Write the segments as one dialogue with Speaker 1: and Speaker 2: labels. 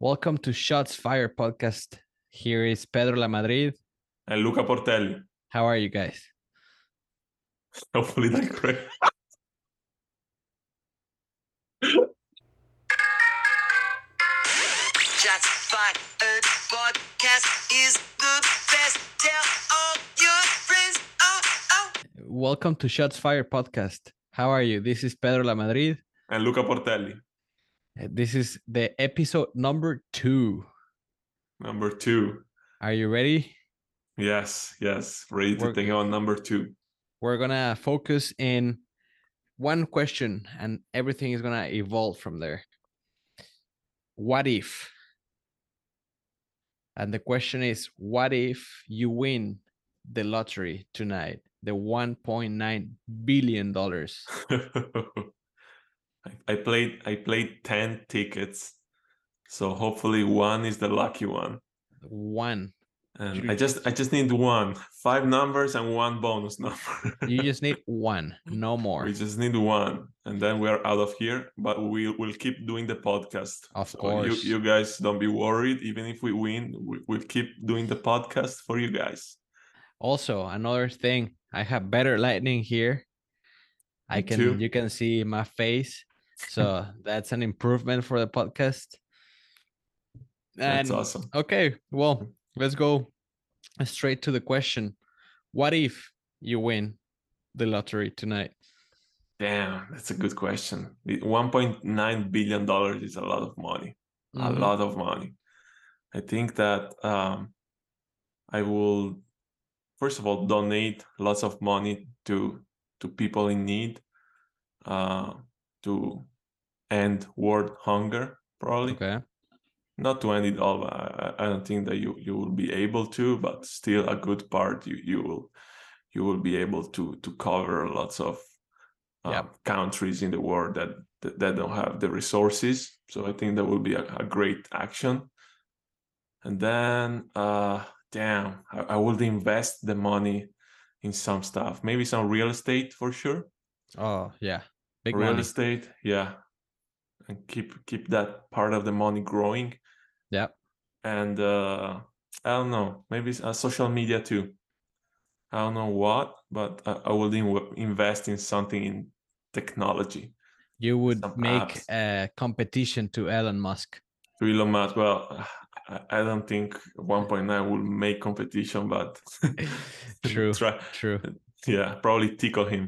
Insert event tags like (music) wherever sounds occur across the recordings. Speaker 1: Welcome to Shots Fire podcast. Here is Pedro La Madrid.
Speaker 2: And Luca Portelli.
Speaker 1: How are you guys?
Speaker 2: Hopefully that's correct.
Speaker 3: Shots fired. Podcast is good fest. Tell all your friends. Oh, oh.
Speaker 1: Welcome to Shots Fire podcast. How are you? This is Pedro La Madrid.
Speaker 2: And Luca Portelli.
Speaker 1: Uh, This is the episode number 2.
Speaker 2: Number two.
Speaker 1: Are you ready?
Speaker 2: Yes, yes. Ready to
Speaker 1: We're
Speaker 2: take
Speaker 1: good.
Speaker 2: on number two. (laughs)
Speaker 1: We're going to focus in one question and everything is going to evolve from there. What if? And the question is what if you win the lottery tonight? The 1.9 billion dollars.
Speaker 2: (laughs) I, I played I played 10 tickets. So hopefully one is the lucky one.
Speaker 1: One.
Speaker 2: And
Speaker 1: Dude,
Speaker 2: I just I just need one. Five numbers and one bonus number. (laughs)
Speaker 1: You just need one, no more.
Speaker 2: we just need one. And then we are out of here. But we will keep doing the podcast.
Speaker 1: Of
Speaker 2: So
Speaker 1: course.
Speaker 2: You, you guys don't be worried. Even if we win, we, we'll keep doing the podcast for you guys.
Speaker 1: Also, another thing, I have better lighting here. I
Speaker 2: Me
Speaker 1: can
Speaker 2: too.
Speaker 1: you can see my
Speaker 2: (laughs)
Speaker 1: face. So that's an improvement for the podcast. And
Speaker 2: That's Mm. awesome.
Speaker 1: okay, well, let's go straight to the question. What if you win the lottery tonight?
Speaker 2: Damn, that's a good question. The $1.9 billion is a lot of money. a
Speaker 1: Mhm.
Speaker 2: lot of money. I think that um, I will, first of all, donate lots of money to to people in need, uh, to end world hunger, probably
Speaker 1: Okay.
Speaker 2: not to end it all. but I, I I don't think that you you will be able to, but still a good part you you will you will be able to to cover lots of uh,
Speaker 1: Yeah.
Speaker 2: countries in the world that, that that don't have the resources. So I think that will be a, a great action. And then, uh, damn, I, I would invest the money in some stuff. Maybe some real estate for sure
Speaker 1: Oh yeah. Big
Speaker 2: real
Speaker 1: money.
Speaker 2: estate yeah and keep keep that part of the money growing
Speaker 1: Yep.
Speaker 2: and uh i don't know maybe it's, uh, social media too i don't know what but i, I will in- invest in something in technology
Speaker 1: You would
Speaker 2: some
Speaker 1: make
Speaker 2: apps.
Speaker 1: a competition to Elon
Speaker 2: (laughs)
Speaker 1: Musk.
Speaker 2: to elon musk well (sighs) i, I don't think 1.9 will make competition (laughs) but
Speaker 1: True.
Speaker 2: (laughs) try,
Speaker 1: True.
Speaker 2: yeah probably tickle him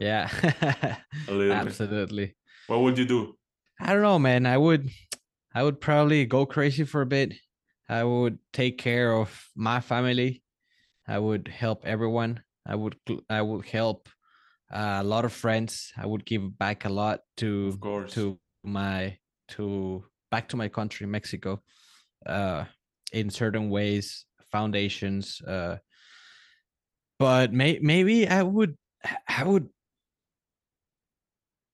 Speaker 1: Yeah. (laughs)
Speaker 2: a little bit
Speaker 1: Absolutely.
Speaker 2: what would you do
Speaker 1: I don't know, man. I would I would probably go crazy for a bit. I would take care of my family. I would help everyone. I would cl- I would help uh, a lot of friends. I would give back a lot to
Speaker 2: of course
Speaker 1: to my to back to my country mexico uh in certain ways foundations uh but may, maybe i would i would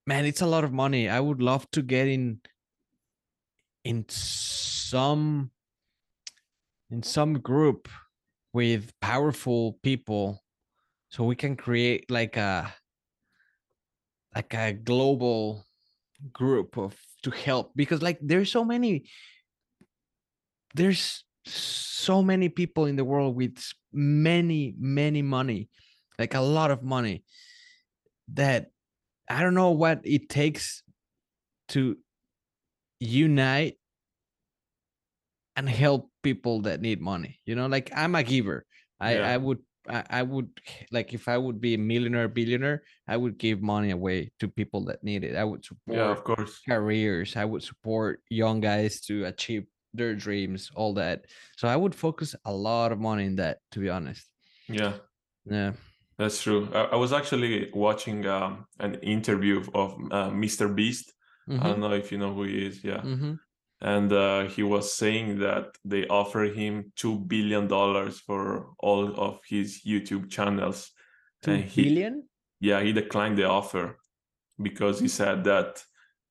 Speaker 1: man it's a lot of money i would love to get in in some in some group with powerful people so we can create like a like a global group of to help because like there's so many there's so many people in the world with s- many many money like a lot of money that i don't know what it takes to unite and help people that need money you know like i'm a giver i
Speaker 2: Yeah.
Speaker 1: i would I, I would h- like if i would be a millionaire billionaire i would give money away to people that need it i would support
Speaker 2: yeah of course
Speaker 1: careers. I would support young guys to achieve their dreams, all that. So I would focus a lot of money in that, to be honest.
Speaker 2: yeah
Speaker 1: Yeah.
Speaker 2: That's true. I, I was actually watching um, an interview of, of uh, Mr. Beast.
Speaker 1: Mm-hmm.
Speaker 2: I don't know if you know who he is. Yeah.
Speaker 1: hmm
Speaker 2: Uh, And uh, he was saying that they offered him $2 billion for all of his YouTube channels. and he, Yeah, he declined the offer because he said that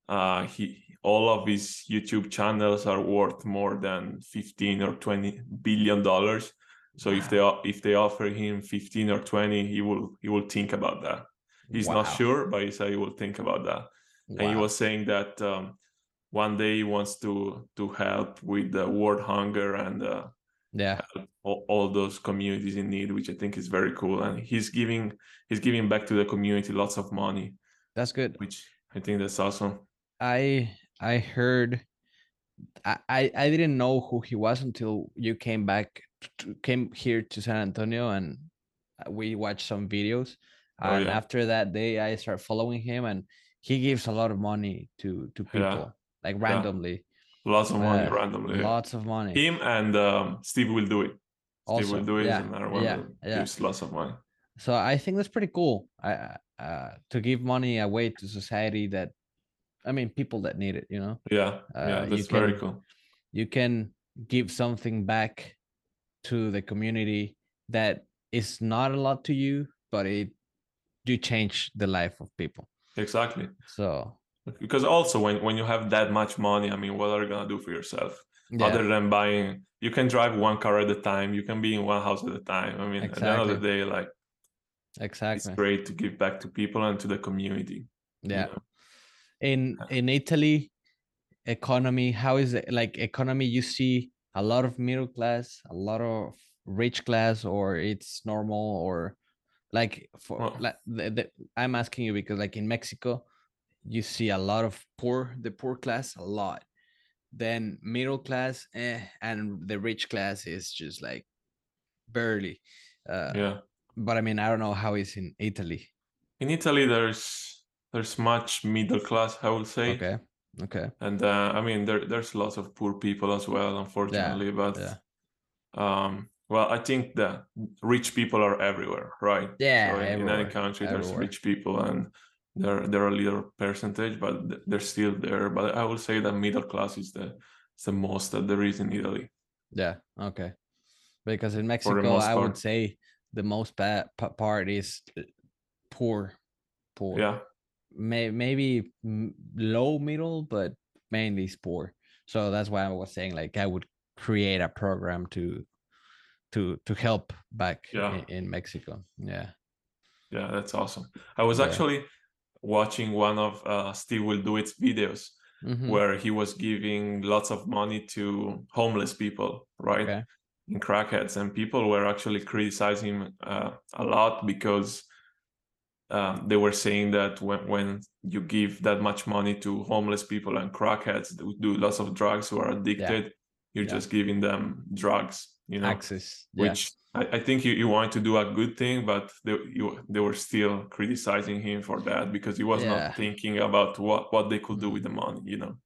Speaker 2: uh, he all of his YouTube channels are worth more than 15 or 20 billion dollars. So if they o- if they offer him 15 or 20, he will he will think about that. He's not
Speaker 1: Wow.
Speaker 2: sure, but he said he will think about that. And he
Speaker 1: Wow.
Speaker 2: was saying that um, one day he wants to to help with the world hunger and uh,
Speaker 1: Yeah.
Speaker 2: all, all those communities in need, which I think is very cool. And he's giving he's giving back to the community lots of money,
Speaker 1: That's good.
Speaker 2: which I think that's awesome.
Speaker 1: I I heard I I I didn't know who he was until you came back t- to, came here to San Antonio and uh, we watched some videos
Speaker 2: Oh,
Speaker 1: and
Speaker 2: yeah.
Speaker 1: after that day I started following him and he gives a lot of money to to people
Speaker 2: Yeah.
Speaker 1: like randomly
Speaker 2: Lots of money
Speaker 1: Uh,
Speaker 2: randomly.
Speaker 1: lots of money
Speaker 2: Him and um, Steve will do it. Steve
Speaker 1: also
Speaker 2: will do it.
Speaker 1: yeah
Speaker 2: is another one
Speaker 1: yeah
Speaker 2: that
Speaker 1: yeah
Speaker 2: gives lots of money.
Speaker 1: so I think that's pretty cool I I- uh to give money away to society that I mean people that need it you know
Speaker 2: Yeah,
Speaker 1: Uh,
Speaker 2: yeah,
Speaker 1: you
Speaker 2: that's very
Speaker 1: can-
Speaker 2: cool.
Speaker 1: you can give something back to the community that is not a lot to you, but it you change the life of people.
Speaker 2: Exactly.
Speaker 1: So
Speaker 2: Because also when when you have that much money, I mean, what are you gonna do for yourself
Speaker 1: yeah,
Speaker 2: other than buying? You can drive one car at a time. You can be in one house at a time. I mean, at the end of the
Speaker 1: Exactly.
Speaker 2: day, like it's
Speaker 1: exactly.
Speaker 2: great to give back to people and to the community. you
Speaker 1: Yeah.
Speaker 2: know?
Speaker 1: In
Speaker 2: Yeah.
Speaker 1: in Italy, economy, how is it like economy you see a lot of middle class, a lot of rich class, or it's normal or like for
Speaker 2: Well-
Speaker 1: like the, the, I'm asking you because like in Mexico, you see a lot of poor, the poor class a lot. Then middle class eh, and the rich class is just like barely. Uh,
Speaker 2: yeah.
Speaker 1: But I mean, I don't know how it's in Italy.
Speaker 2: In Italy, there's there's much middle class, I would say,
Speaker 1: Okay. Okay.
Speaker 2: and uh, I mean there there's lots of poor people as well, unfortunately. But
Speaker 1: yeah.
Speaker 2: um, well, I think that rich people are everywhere, right?
Speaker 1: Yeah.
Speaker 2: So in, in any
Speaker 1: everywhere.
Speaker 2: country, there's
Speaker 1: everywhere.
Speaker 2: rich people, and they're they're a little percentage, but th- they're still there. But I would say that middle class is the is the most that there is in Italy.
Speaker 1: Yeah. Okay. Because in Mexico,
Speaker 2: most
Speaker 1: I
Speaker 2: part.
Speaker 1: would say the most bad part is uh, poor, poor.
Speaker 2: Yeah,
Speaker 1: May, maybe m- low middle, but mainly is poor. So that's why I was saying like I would create a program to to to help back i-
Speaker 2: Yeah.
Speaker 1: in, Mexico. Yeah.
Speaker 2: yeah, that's awesome. I was
Speaker 1: Yeah.
Speaker 2: actually watching one of uh, Steve Will Do It's videos.
Speaker 1: Mhm.
Speaker 2: where he was giving lots of money to homeless people, right?
Speaker 1: Okay.
Speaker 2: In crackheads, and people were actually criticizing him uh, a lot because um, they were saying that when when you give that much money to homeless people and crackheads who do lots of drugs who are addicted, you're
Speaker 1: Yeah.
Speaker 2: just giving them drugs, you know.
Speaker 1: Access. Yeah.
Speaker 2: Which I, I think you, you wanted to do a good thing, but they you, they were still criticizing him for that because he was
Speaker 1: Yeah. Mm.
Speaker 2: not thinking about what, what they could do with the money, you know.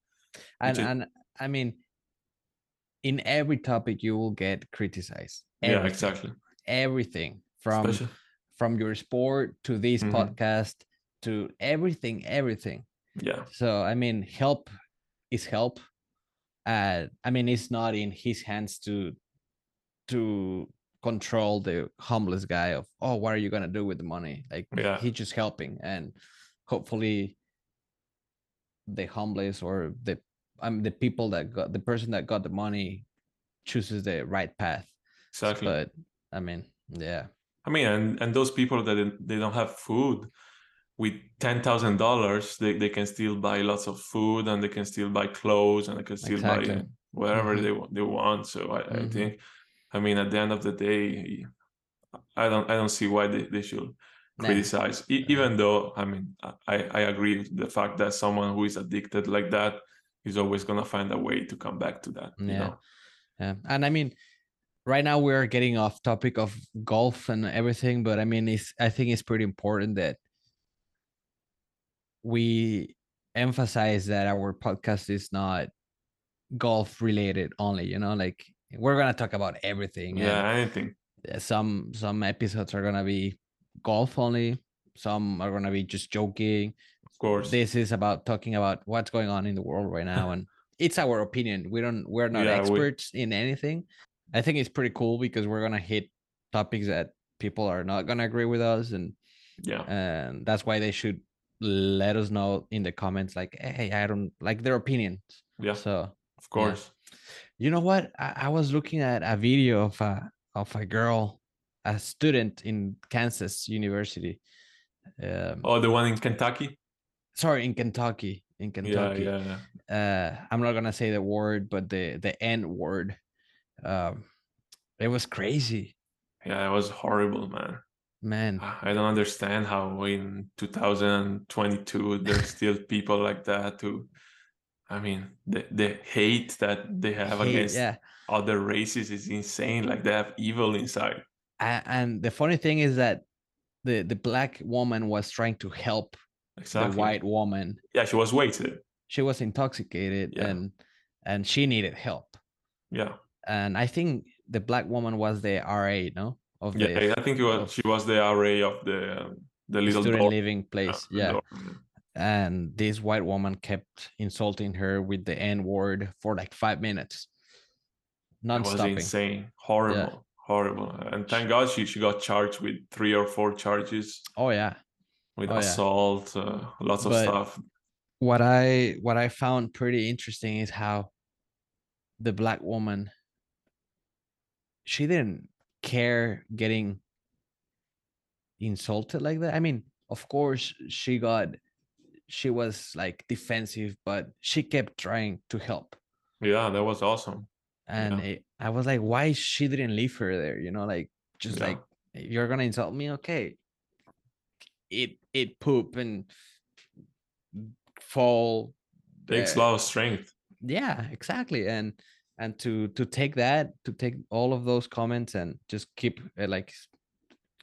Speaker 1: and
Speaker 2: which I-
Speaker 1: and I mean, in every topic you will get criticized.
Speaker 2: Yeah,
Speaker 1: Everything,
Speaker 2: exactly.
Speaker 1: Everything from
Speaker 2: Especially-
Speaker 1: from your sport to this
Speaker 2: Mhm.
Speaker 1: podcast to everything, everything.
Speaker 2: yeah,
Speaker 1: So I mean, help is help. Uh, I mean, it's not in his hands to to control the homeless guy of oh, what are you gonna do with the money? Like
Speaker 2: yeah,
Speaker 1: he's just helping, and hopefully, the homeless or the I mean, the people that got the person that got the money chooses the right path.
Speaker 2: exactly.
Speaker 1: But I mean, yeah,
Speaker 2: I mean, and, and those people that don't- they don't have food with ten thousand dollars, they they can still buy lots of food and they can still buy clothes and they can still buy
Speaker 1: Exactly.
Speaker 2: whatever
Speaker 1: Mhm.
Speaker 2: they want. They want. So I, I
Speaker 1: Mhm.
Speaker 2: think, I mean, at the end of the day, I don't I don't see why they, they should
Speaker 1: Nah.
Speaker 2: criticize. E-
Speaker 1: Yeah.
Speaker 2: Even though I mean, I I agree with the fact that someone who is addicted like that is always gonna find a way to come back to that. You
Speaker 1: Yeah.
Speaker 2: know?
Speaker 1: Yeah. And I mean, right now we're getting off topic of golf and everything, but I mean, it's, I think it's pretty important that we emphasize that our podcast is not golf related only, you know, like we're going to talk about everything. and
Speaker 2: yeah, anything.
Speaker 1: uh, some some episodes are gonna be golf only some are gonna be just joking
Speaker 2: Of course.
Speaker 1: this is about talking about what's going on in the world right now and it's our opinion we don't we're not
Speaker 2: Yeah, we-
Speaker 1: experts in anything i think it's pretty cool because we're gonna hit topics that people are not gonna agree with us and
Speaker 2: yeah.
Speaker 1: and that's why they should let us know in the comments like hey i don't like their opinions
Speaker 2: Yeah.
Speaker 1: so
Speaker 2: Of course.
Speaker 1: you know what? I, I was looking at a video of a of a girl, a student in Kansas University. Um,
Speaker 2: Oh, the one in Kentucky?
Speaker 1: Sorry, in Kentucky. in
Speaker 2: yeah,
Speaker 1: Kentucky.
Speaker 2: yeah, yeah.
Speaker 1: uh i'm not gonna say the word but the the n word um it was crazy
Speaker 2: Yeah, it was horrible, man.
Speaker 1: man
Speaker 2: I don't understand how in 2022 there's
Speaker 1: (laughs)
Speaker 2: still people like that who, I mean, the, the hate that they have
Speaker 1: Hate,
Speaker 2: against
Speaker 1: yeah
Speaker 2: other races is insane. Like they have evil inside.
Speaker 1: A- and the funny thing is that the the black woman was trying to help
Speaker 2: Exactly.
Speaker 1: the white woman
Speaker 2: Yeah, she was weighted.
Speaker 1: she was intoxicated
Speaker 2: Yeah.
Speaker 1: and and she needed help
Speaker 2: Yeah.
Speaker 1: and i think the black woman was the ra no of the
Speaker 2: Yeah, I think it was,
Speaker 1: of
Speaker 2: she was the array of the um, the little
Speaker 1: Oh. student
Speaker 2: door.
Speaker 1: living place yeah
Speaker 2: dorm.
Speaker 1: and this white woman kept insulting her with the n word for like five minutes
Speaker 2: It was
Speaker 1: non-stopping
Speaker 2: insane. Horrible. Horrible. And thank God she, she got charged with three or four charges
Speaker 1: oh yeah
Speaker 2: with
Speaker 1: Oh, yeah.
Speaker 2: assault, uh, lots of
Speaker 1: But-
Speaker 2: stuff.
Speaker 1: what i what i found pretty interesting is how the black woman she didn't care getting insulted like that i mean of course she got she was like defensive but she kept trying to help
Speaker 2: Yeah, that was awesome.
Speaker 1: and it, i was like why she didn't leave her there you know like just
Speaker 2: Yeah.
Speaker 1: like you're gonna insult me okay it it poop and fall
Speaker 2: takes
Speaker 1: uh,
Speaker 2: a lot of strength.
Speaker 1: yeah exactly and and to to take that to take all of those comments and just keep uh, like s-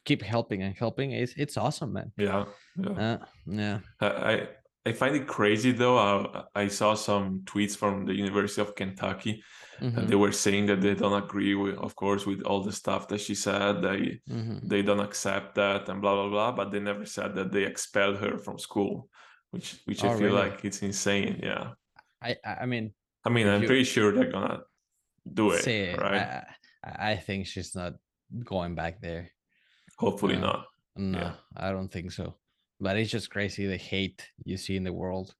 Speaker 1: keep helping and helping it's it's awesome man
Speaker 2: Yeah, yeah.
Speaker 1: uh, yeah
Speaker 2: I, I I find it crazy though. I, I saw some tweets from the University of Kentucky, and
Speaker 1: mhm,
Speaker 2: they were saying that they don't agree with, of course, with all the stuff that she said. They
Speaker 1: mhm.
Speaker 2: they don't accept that and blah blah blah. But they never said that they expelled her from school, which which I
Speaker 1: Oh,
Speaker 2: feel
Speaker 1: really?
Speaker 2: like it's insane. Yeah,
Speaker 1: i i I mean
Speaker 2: I mean,
Speaker 1: If
Speaker 2: I'm
Speaker 1: you-
Speaker 2: pretty sure they're gonna do it,
Speaker 1: say
Speaker 2: right?
Speaker 1: I, I I think she's not going back there
Speaker 2: Hopefully
Speaker 1: yeah.
Speaker 2: not.
Speaker 1: No, I don't think so. But it's just crazy the hate you see in the world.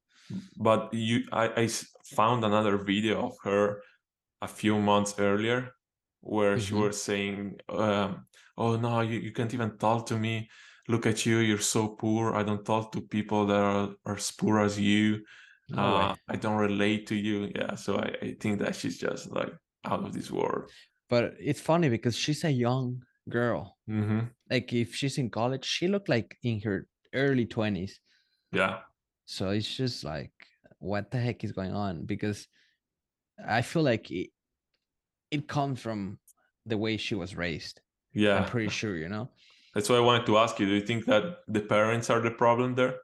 Speaker 2: but you I, I s- found another video of her a few months earlier where she
Speaker 1: Mhm.
Speaker 2: was saying um, oh no you, you can't even talk to me look at you you're so poor i don't talk to people that are, are as poor as you
Speaker 1: No
Speaker 2: uh,
Speaker 1: way.
Speaker 2: i don't relate to you yeah so I, I think that she's just like out of this world
Speaker 1: But it's funny because she's a young girl.
Speaker 2: hmm
Speaker 1: Like if she's in college, she looked like in her early 20s.
Speaker 2: yeah
Speaker 1: So it's just like what the heck is going on because I feel like it it comes from the way she was raised.
Speaker 2: yeah
Speaker 1: I'm pretty sure, you know.
Speaker 2: that's why i wanted to ask you do you think that the parents are the problem there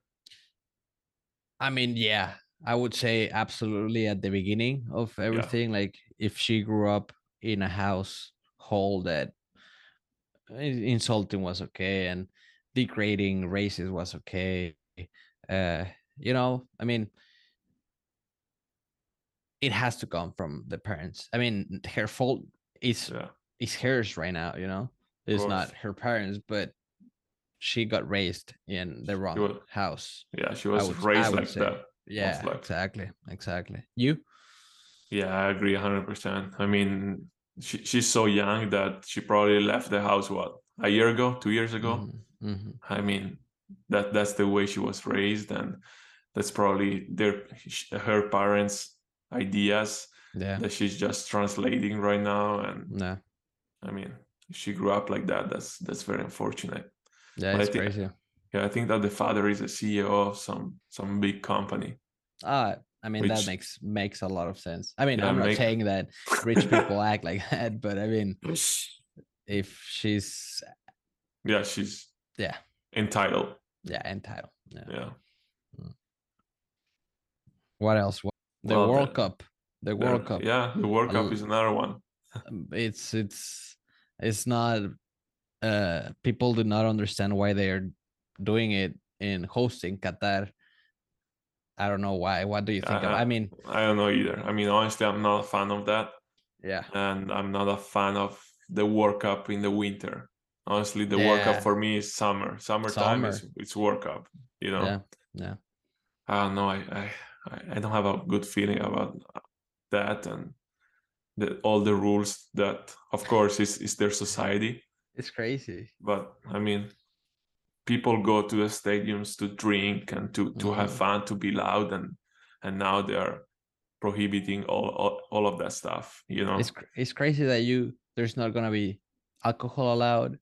Speaker 1: I mean, yeah, I would say absolutely at the beginning of everything. Like if she grew up in a household that i- insulting was okay and degrading races was okay, uh, you know, I mean, it has to come from the parents. I mean, her fault is
Speaker 2: yeah
Speaker 1: is hers right now. You know, it's
Speaker 2: course.
Speaker 1: not her parents, but she got raised in the wrong
Speaker 2: wa-
Speaker 1: house.
Speaker 2: yeah she was
Speaker 1: would- I
Speaker 2: raised
Speaker 1: would
Speaker 2: like
Speaker 1: say.
Speaker 2: that
Speaker 1: Yeah,
Speaker 2: like-
Speaker 1: exactly, exactly. You?
Speaker 2: Yeah, I agree 100%. I mean, she, she's so young that she probably left the house, what, a year ago, two years ago?
Speaker 1: Mhm, mhm.
Speaker 2: I mean, that that's the way she was raised, and that's probably their sh- her parents' ideas
Speaker 1: Yeah.
Speaker 2: that she's just translating right now. And
Speaker 1: No.
Speaker 2: I mean, if she grew up like that. That's that's very unfortunate.
Speaker 1: Yeah,
Speaker 2: But I
Speaker 1: it's
Speaker 2: think-
Speaker 1: crazy.
Speaker 2: Yeah, I think that the father is a CEO of some some big company.
Speaker 1: Uh I mean that
Speaker 2: Which-
Speaker 1: makes makes a lot of sense. I mean,
Speaker 2: Yeah,
Speaker 1: I'm not
Speaker 2: make-
Speaker 1: saying that rich people act like (laughs) that, but I mean if she's
Speaker 2: Yeah, she's
Speaker 1: Yeah.
Speaker 2: entitled.
Speaker 1: yeah, entitled. Yeah.
Speaker 2: Yeah.
Speaker 1: What else? What, the
Speaker 2: Well,
Speaker 1: World
Speaker 2: the-
Speaker 1: Cup. The World Cup.
Speaker 2: Yeah, the World Cup
Speaker 1: Al-
Speaker 2: is another one.
Speaker 1: um, It's it's it's not uh people do not understand why they're doing it in hosting Qatar. I don't know why. What do you think of?
Speaker 2: Uh,
Speaker 1: I mean,
Speaker 2: I don't know either. I mean, honestly, I'm not a fan of that,
Speaker 1: yeah.
Speaker 2: and I'm not a fan of the World Cup in the winter. Honestly, the World
Speaker 1: Yeah.
Speaker 2: Cup for me is summer. Summertime is it's World Cup. You know,
Speaker 1: Yeah. Yeah.
Speaker 2: I don't know. I I I- I don't have a good feeling about that and the, all the rules that, of course, is is their society.
Speaker 1: It's crazy.
Speaker 2: But I mean,
Speaker 1: Mm-hmm.
Speaker 2: people go to the stadiums to drink and to to have fun, to be loud, and and now they are prohibiting all all, all of that stuff you know
Speaker 1: It's cr- it's crazy that you there's not gonna be alcohol allowed.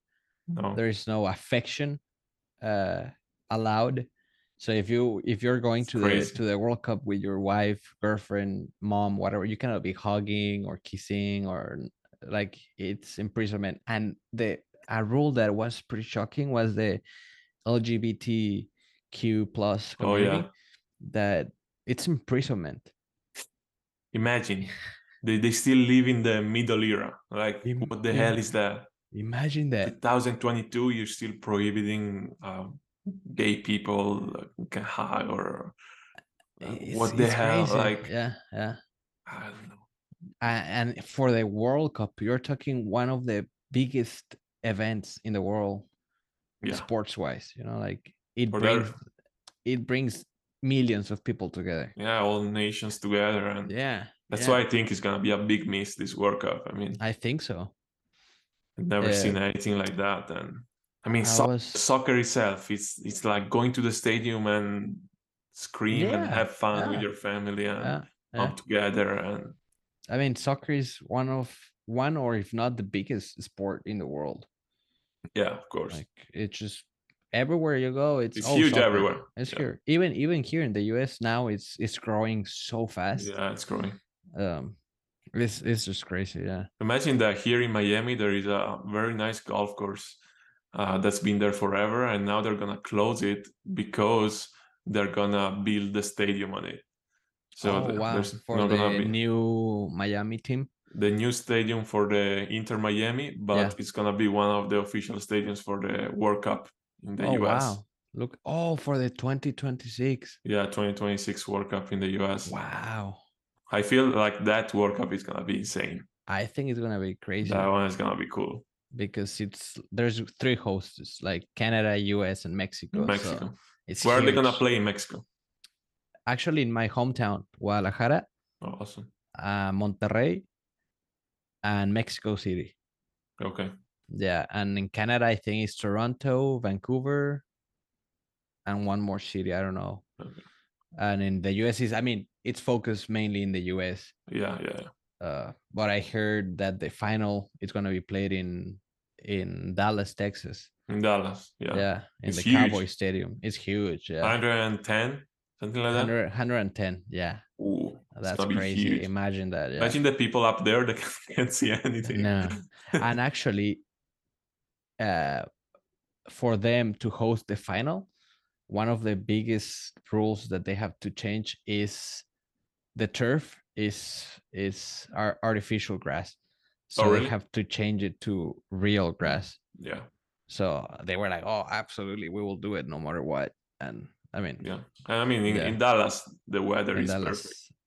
Speaker 2: no.
Speaker 1: There is no affection uh, allowed. So if you if you're going
Speaker 2: It's
Speaker 1: to the
Speaker 2: crazy.
Speaker 1: to the World Cup with your wife, girlfriend, mom, whatever, you cannot be hugging or kissing or n- like it's imprisonment. And the a rule that was pretty shocking was the LGBTQ plus
Speaker 2: Oh,
Speaker 1: community
Speaker 2: yeah.
Speaker 1: that it's imprisonment. (laughs)
Speaker 2: imagine they, they still live in the middle era like
Speaker 1: Im-
Speaker 2: what the
Speaker 1: im-
Speaker 2: hell is that
Speaker 1: Imagine that.
Speaker 2: 2022 you're still prohibiting um, gay people uh, can hug or uh,
Speaker 1: It's-
Speaker 2: what the
Speaker 1: it's
Speaker 2: hell
Speaker 1: crazy.
Speaker 2: like
Speaker 1: yeah, yeah.
Speaker 2: I don't know.
Speaker 1: A- and for the World Cup, you're talking one of the biggest events in the world,
Speaker 2: yeah
Speaker 1: sports wise. You know, like it
Speaker 2: For the
Speaker 1: brings
Speaker 2: earth.
Speaker 1: it brings millions of people together.
Speaker 2: yeah all nations together and
Speaker 1: Yeah,
Speaker 2: Mm. that's
Speaker 1: yeah,
Speaker 2: why i think it's gonna be a big miss this world cup i mean
Speaker 1: I think so.
Speaker 2: i've never
Speaker 1: Yeah.
Speaker 2: seen anything like that and i mean
Speaker 1: I
Speaker 2: so-
Speaker 1: was
Speaker 2: soccer itself it's it's like going to the stadium and scream and
Speaker 1: Yeah,
Speaker 2: have fun with
Speaker 1: yeah.
Speaker 2: your family and
Speaker 1: yeah.
Speaker 2: come together and
Speaker 1: I mean, soccer is one of one or if not the biggest sport in the world.
Speaker 2: yeah of course
Speaker 1: Like it's just everywhere you go, it's,
Speaker 2: it's
Speaker 1: "Oh,
Speaker 2: huge
Speaker 1: soccer."
Speaker 2: everywhere
Speaker 1: It's
Speaker 2: Yeah.
Speaker 1: here, even even here in the U.S. now, it's it's growing so fast.
Speaker 2: yeah it's growing
Speaker 1: um it's it's just crazy yeah
Speaker 2: imagine that here in Miami there is a very nice golf course uh, that's been there forever, and now they're gonna close it because they're gonna build the stadium on it. So
Speaker 1: oh
Speaker 2: the-
Speaker 1: wow
Speaker 2: there's
Speaker 1: for
Speaker 2: not
Speaker 1: the
Speaker 2: gonna be
Speaker 1: new miami team
Speaker 2: the new stadium for the Inter Miami, but
Speaker 1: Yeah.
Speaker 2: it's gonna be one of the official stadiums for the World Cup in the
Speaker 1: oh
Speaker 2: US.
Speaker 1: wow look oh for the 2026
Speaker 2: Yeah, 2026 World Cup in the US.
Speaker 1: wow
Speaker 2: I feel like that World Cup is gonna be insane.
Speaker 1: i think it's gonna be crazy
Speaker 2: That one is gonna be cool.
Speaker 1: because it's there's three hosts like canada us and mexico
Speaker 2: Mexico.
Speaker 1: so uh, it's
Speaker 2: Where are they gonna
Speaker 1: huge.
Speaker 2: play in Mexico?
Speaker 1: actually in my hometown guadalajara
Speaker 2: Oh, awesome.
Speaker 1: uh, monterrey and mexico city
Speaker 2: Okay.
Speaker 1: yeah and in canada i think it's toronto vancouver and one more city i don't know
Speaker 2: Okay.
Speaker 1: and in the us is i mean it's focused mainly in the us
Speaker 2: Yeah, yeah.
Speaker 1: uh, but i heard that the final is going to be played in in dallas texas
Speaker 2: In Dallas, yeah.
Speaker 1: yeah, in
Speaker 2: It's
Speaker 1: the
Speaker 2: huge.
Speaker 1: cowboy stadium it's huge yeah
Speaker 2: 110, something like that.
Speaker 1: 100 110 yeah
Speaker 2: Ooh, it's
Speaker 1: Oh, that's
Speaker 2: gonna be
Speaker 1: crazy
Speaker 2: huge.
Speaker 1: imagine that yeah.
Speaker 2: Imagine the people up there (laughs) that can't see anything.
Speaker 1: No. and actually uh for them to host the final one of the biggest rules that they have to change is the turf is is our artificial grass so
Speaker 2: Oh, really?
Speaker 1: they have to change it to real grass
Speaker 2: Yeah,
Speaker 1: so they were like oh absolutely we will do it no matter what and i mean
Speaker 2: yeah. And I mean, in,
Speaker 1: Yeah.
Speaker 2: in Dallas, the weather
Speaker 1: in
Speaker 2: is perfect
Speaker 1: Dallas,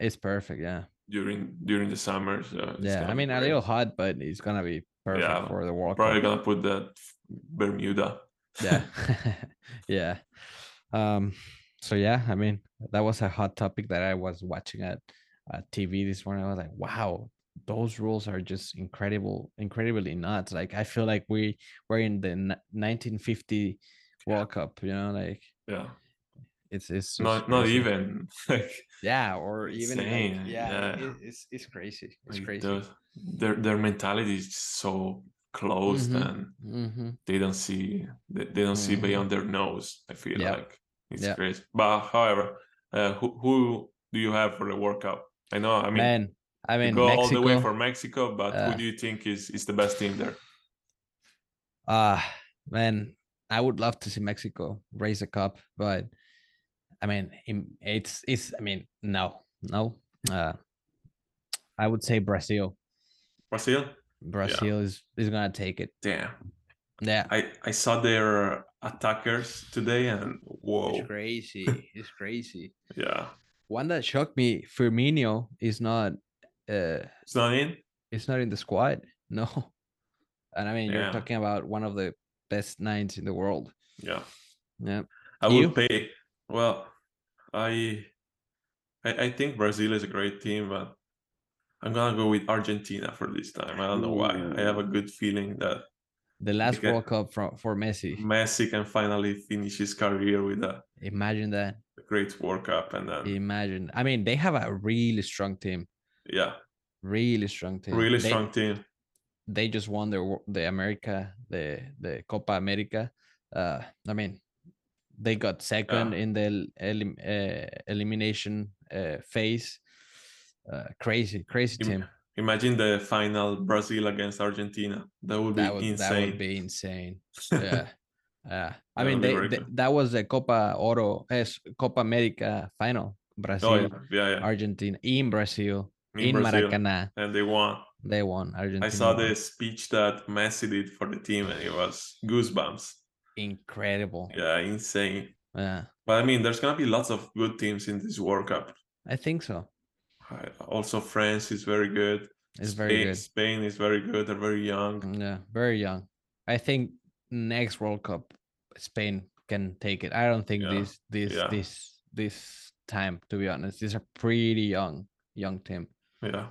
Speaker 1: it's perfect yeah
Speaker 2: during during the summer. So it's
Speaker 1: yeah
Speaker 2: gonna
Speaker 1: i
Speaker 2: be
Speaker 1: mean a
Speaker 2: great.
Speaker 1: little hot but it's gonna be perfect
Speaker 2: Yeah,
Speaker 1: for the world Cup.
Speaker 2: Probably gonna put that Bermuda.
Speaker 1: yeah (laughs) yeah um so yeah i mean that was a hot topic that i was watching at uh, tv this morning i was like wow those rules are just incredible incredibly nuts like i feel like we were in the n- 1950 world cup you know like
Speaker 2: yeah,
Speaker 1: it's it's just
Speaker 2: not not
Speaker 1: crazy.
Speaker 2: even (laughs) like,
Speaker 1: yeah or even like,
Speaker 2: Insane,
Speaker 1: yeah,
Speaker 2: yeah.
Speaker 1: It, it's it's crazy it's
Speaker 2: like
Speaker 1: crazy
Speaker 2: the- their their mentality is so closed
Speaker 1: Mhm.
Speaker 2: and
Speaker 1: hmm
Speaker 2: they don't see they, they don't see
Speaker 1: Mhm.
Speaker 2: beyond their nose i feel
Speaker 1: Yeah.
Speaker 2: like it's
Speaker 1: Yeah.
Speaker 2: crazy but however uh, who, who do you have for the world cup i know i mean
Speaker 1: man i
Speaker 2: you
Speaker 1: mean
Speaker 2: go
Speaker 1: mexico
Speaker 2: all the way for mexico but
Speaker 1: uh,
Speaker 2: who do you think is is the best team there
Speaker 1: Ah, man, I would love to see Mexico raise a cup, but I mean, im- it's it's. I mean, no, no. Uh, I would say Brazil.
Speaker 2: brazil
Speaker 1: Brazil is is gonna take it.
Speaker 2: damn
Speaker 1: Yeah,
Speaker 2: i i saw their attackers today and whoa
Speaker 1: it's
Speaker 2: (laughs)
Speaker 1: crazy. It's crazy.
Speaker 2: yeah
Speaker 1: One that shocked me: Firmino is not. Uh,
Speaker 2: it's not in
Speaker 1: it's not in the squad. (laughs) No, and I mean,
Speaker 2: Yeah.
Speaker 1: you're talking about one of the best nines in the world.
Speaker 2: yeah
Speaker 1: Yeah.
Speaker 2: i
Speaker 1: You?
Speaker 2: would pay well i i, I think brazil is a great team but I'm gonna go with Argentina for this time. I don't know why. I have a good feeling that
Speaker 1: The last
Speaker 2: Okay. Mm.
Speaker 1: World Cup from for Messi.
Speaker 2: Messi can finally finish his career with a
Speaker 1: Imagine that.
Speaker 2: great World Cup, and then
Speaker 1: Imagine. I mean, they have a really strong team.
Speaker 2: yeah,
Speaker 1: Really strong team.
Speaker 2: really
Speaker 1: They-
Speaker 2: strong team.
Speaker 1: they just won the wo- the America the the Copa America. Uh, I mean, they got second
Speaker 2: Yeah.
Speaker 1: in the el- elim- uh, elimination uh, phase. Uh, crazy, crazy
Speaker 2: Im-
Speaker 1: team.
Speaker 2: Imagine the final Brazil against Argentina. That would be
Speaker 1: That would
Speaker 2: insane.
Speaker 1: that would be
Speaker 2: (laughs)
Speaker 1: insane. Yeah, yeah. I mean,
Speaker 2: That would be
Speaker 1: they,
Speaker 2: very
Speaker 1: they-
Speaker 2: good.
Speaker 1: that was the Copa Oro, es Copa America final. Brazil,
Speaker 2: oh yeah, yeah, yeah.
Speaker 1: Argentina in Brazil in,
Speaker 2: Brazil,
Speaker 1: Maracanã.
Speaker 2: and they won.
Speaker 1: They won. Argentina.
Speaker 2: I saw
Speaker 1: won.
Speaker 2: the speech that Messi did for the team, and it was goosebumps.
Speaker 1: Incredible.
Speaker 2: Yeah, insane.
Speaker 1: yeah,
Speaker 2: But I mean, there's gonna be lots of good teams in this World Cup.
Speaker 1: I think so.
Speaker 2: I- Also, France is very good.
Speaker 1: It's very
Speaker 2: Spain,
Speaker 1: good.
Speaker 2: Spain is very good. They're very young.
Speaker 1: Yeah, very young. I think next World Cup, Spain can take it. I don't think
Speaker 2: Yeah,
Speaker 1: this this
Speaker 2: yeah.
Speaker 1: this this time, to be honest, these are pretty young young team.
Speaker 2: Yeah.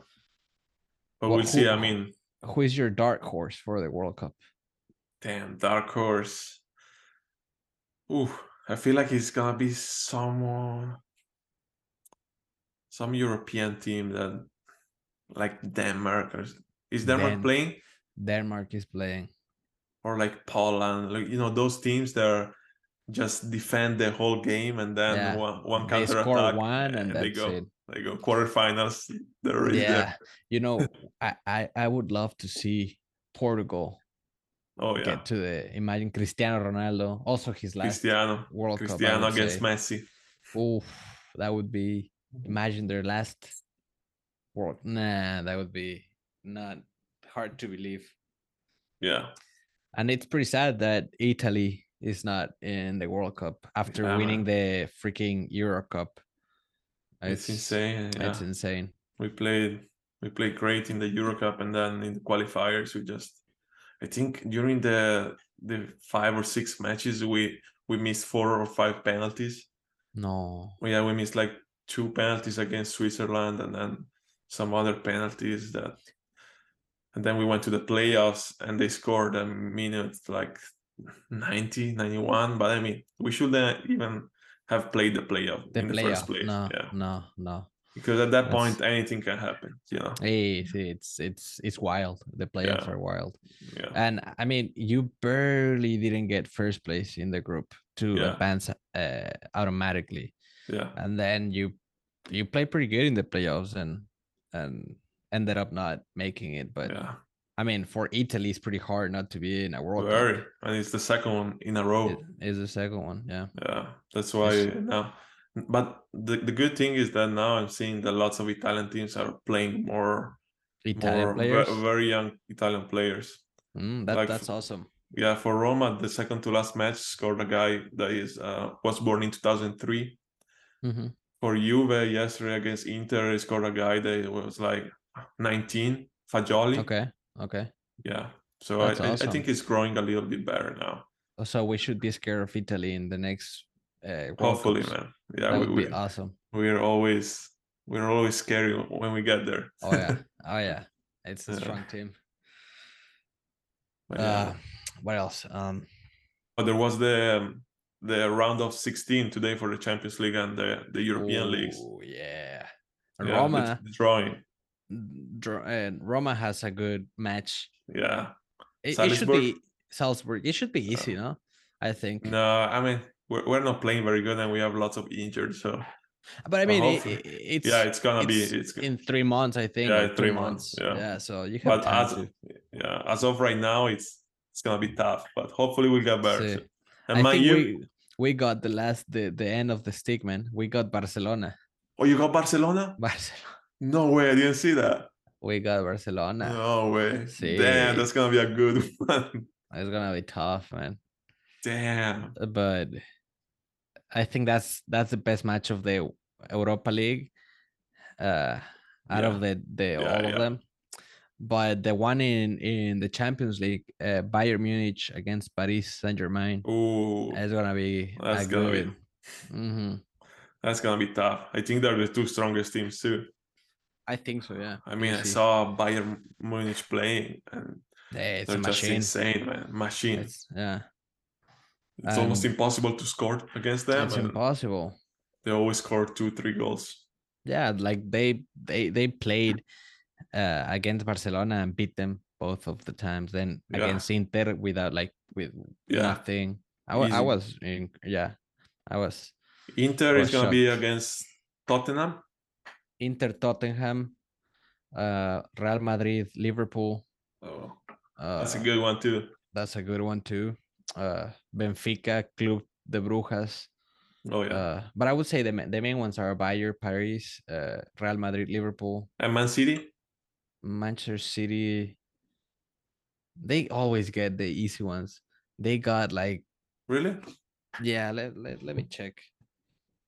Speaker 2: But
Speaker 1: Wha-
Speaker 2: we'll see. I
Speaker 1: who-
Speaker 2: mean,
Speaker 1: Who is your dark horse for the World Cup?
Speaker 2: damn, Dark Horse. Ooh, I feel like it's gonna be someone, some European team that, like Denmark. Or, s- is Denmark
Speaker 1: Dan-
Speaker 2: playing?
Speaker 1: Denmark is playing.
Speaker 2: Or like Poland? Like, you know, those teams that are just defend the whole game and then
Speaker 1: Yeah,
Speaker 2: one, one
Speaker 1: They
Speaker 2: counter
Speaker 1: score
Speaker 2: attack.
Speaker 1: one and
Speaker 2: they
Speaker 1: that's
Speaker 2: go. (laughs)
Speaker 1: it.
Speaker 2: They go quarterfinals. (laughs) They're already there.
Speaker 1: Yeah. You know, I, I I would love to see Portugal
Speaker 2: Oh yeah.
Speaker 1: get to the imagine Cristiano Ronaldo, also his last
Speaker 2: Cristiano.
Speaker 1: World Cup. I
Speaker 2: Cristiano
Speaker 1: would
Speaker 2: against
Speaker 1: say.
Speaker 2: Messi.
Speaker 1: Oof, that would be imagine their last world. Nah, that would be not hard to believe.
Speaker 2: Yeah.
Speaker 1: And it's pretty sad that Italy is not in the World Cup after
Speaker 2: Yeah,
Speaker 1: winning the freaking Euro Cup.
Speaker 2: It's, insane. Yeah.
Speaker 1: It's insane.
Speaker 2: we played we played great in the Euro Cup and then in the qualifiers we just I think during the the five or six matches we we missed four or five penalties.
Speaker 1: No.
Speaker 2: Yeah, we missed like two penalties against Switzerland and then some other penalties that and then we went to the playoffs and they scored a minute like 90 91 but i mean we shouldn't even have played the playoff
Speaker 1: The
Speaker 2: in the first
Speaker 1: playoff.
Speaker 2: place
Speaker 1: no,
Speaker 2: yeah
Speaker 1: no, no.
Speaker 2: because at that
Speaker 1: That's-
Speaker 2: point anything can happen you know
Speaker 1: Hey, see, it's it's it's wild. The playoffs are wild.
Speaker 2: yeah
Speaker 1: And I mean, you barely didn't get first place in the group to
Speaker 2: Yeah.
Speaker 1: advance uh, automatically.
Speaker 2: Yeah,
Speaker 1: and then you you play pretty good in the playoffs and and ended up not making it but
Speaker 2: yeah,
Speaker 1: i mean for italy it's pretty hard not to be in a world
Speaker 2: very,
Speaker 1: cup
Speaker 2: and it's the second one in a row.
Speaker 1: It is the second one yeah
Speaker 2: yeah, that's why
Speaker 1: Yes.
Speaker 2: now. But the, the good thing is that now I'm seeing that lots of Italian teams are playing more,
Speaker 1: italian
Speaker 2: more ve-
Speaker 1: players
Speaker 2: very young Italian players.
Speaker 1: Mm, that,
Speaker 2: like
Speaker 1: that's
Speaker 2: f-
Speaker 1: awesome
Speaker 2: Yeah, for Roma, the second to last match scored a guy that is uh, was born in 2003.
Speaker 1: hmm
Speaker 2: For Juve yesterday against Inter, he scored a guy that was like 19, Fagioli.
Speaker 1: okay okay
Speaker 2: Yeah, so I,
Speaker 1: That's
Speaker 2: I- I
Speaker 1: awesome.
Speaker 2: think it's growing a little bit better now.
Speaker 1: so we should be scared of italy in the next uh World
Speaker 2: Hopefully,
Speaker 1: Cups.
Speaker 2: man. Yeah,
Speaker 1: that
Speaker 2: we,
Speaker 1: would be
Speaker 2: we-
Speaker 1: awesome
Speaker 2: we're always we're always scary when we get there.
Speaker 1: oh
Speaker 2: (laughs)
Speaker 1: yeah oh yeah it's a
Speaker 2: Yeah.
Speaker 1: strong team
Speaker 2: But, yeah.
Speaker 1: uh what else um
Speaker 2: But there was the um, the round of 16 today for the Champions League and the, the European leagues.
Speaker 1: ooh, yeah
Speaker 2: Yeah, the-
Speaker 1: roma
Speaker 2: the drawing.
Speaker 1: dr- and Roma has a good match.
Speaker 2: Yeah.
Speaker 1: It, it should
Speaker 2: Salzburg?
Speaker 1: be Salzburg. It should be easy, no? I think.
Speaker 2: Uh, No, I mean we're, we're not playing very good and we have lots of injured. So
Speaker 1: But I
Speaker 2: Uh,
Speaker 1: mean, it,
Speaker 2: hopefully.
Speaker 1: it- it's,
Speaker 2: yeah, it's gonna
Speaker 1: it's
Speaker 2: be it's go-
Speaker 1: in three months, I think.
Speaker 2: Yeah,
Speaker 1: or
Speaker 2: in
Speaker 1: two
Speaker 2: three months, yeah.
Speaker 1: so you have
Speaker 2: but
Speaker 1: time
Speaker 2: as
Speaker 1: to
Speaker 2: yeah as of right now it's it's gonna be tough. But hopefully we'll get better.
Speaker 1: see.
Speaker 2: so- And
Speaker 1: I
Speaker 2: mind
Speaker 1: think
Speaker 2: you,
Speaker 1: we we got the last the the end of the stick, man. We got Barcelona. (laughs)
Speaker 2: oh you got Barcelona?
Speaker 1: Barcelona.
Speaker 2: No way! I didn't see that.
Speaker 1: We got Barcelona.
Speaker 2: No way!
Speaker 1: Sí.
Speaker 2: Damn, that's gonna be a good (laughs) one.
Speaker 1: It's gonna be tough, man.
Speaker 2: Damn.
Speaker 1: but I think that's that's the best match of the Europa League uh out
Speaker 2: Yeah.
Speaker 1: of the the
Speaker 2: Yeah,
Speaker 1: all
Speaker 2: yeah.
Speaker 1: of them. But the one in in the Champions League, uh, Bayern Munich against Paris Saint-Germain
Speaker 2: Ooh.
Speaker 1: is gonna be
Speaker 2: That's
Speaker 1: a
Speaker 2: gonna be-
Speaker 1: good. hmm
Speaker 2: That's gonna be tough. I think they're the two strongest teams too.
Speaker 1: I think so, yeah.
Speaker 2: I mean, I
Speaker 1: Easy.
Speaker 2: saw Bayern Munich playing, and
Speaker 1: Yeah, it's
Speaker 2: they're
Speaker 1: a
Speaker 2: just
Speaker 1: machine.
Speaker 2: insane, man. Machine. It's,
Speaker 1: It's, yeah,
Speaker 2: almost
Speaker 1: um,
Speaker 2: impossible to score against them.
Speaker 1: it's
Speaker 2: and
Speaker 1: impossible.
Speaker 2: They always score two, three goals.
Speaker 1: Yeah, like they they they played uh, against Barcelona and beat them both of the times. Then
Speaker 2: Yeah.
Speaker 1: against Inter without like with
Speaker 2: Yeah.
Speaker 1: nothing. I, wa- I
Speaker 2: Easy.
Speaker 1: was in, yeah, I was
Speaker 2: Inter is
Speaker 1: was
Speaker 2: gonna be against Tottenham.
Speaker 1: Inter, Tottenham, uh, Real Madrid, Liverpool.
Speaker 2: Oh,
Speaker 1: Uh,
Speaker 2: that's a good one too.
Speaker 1: that's a good one too. Uh, Benfica, Club de Brujas.
Speaker 2: Oh yeah.
Speaker 1: Uh, but I would say the ma- the main ones are Bayern, Paris, uh, Real Madrid, Liverpool,
Speaker 2: and Man City.
Speaker 1: Manchester City. They always get the easy ones. They got like
Speaker 2: Really?
Speaker 1: yeah. Let let, let me check.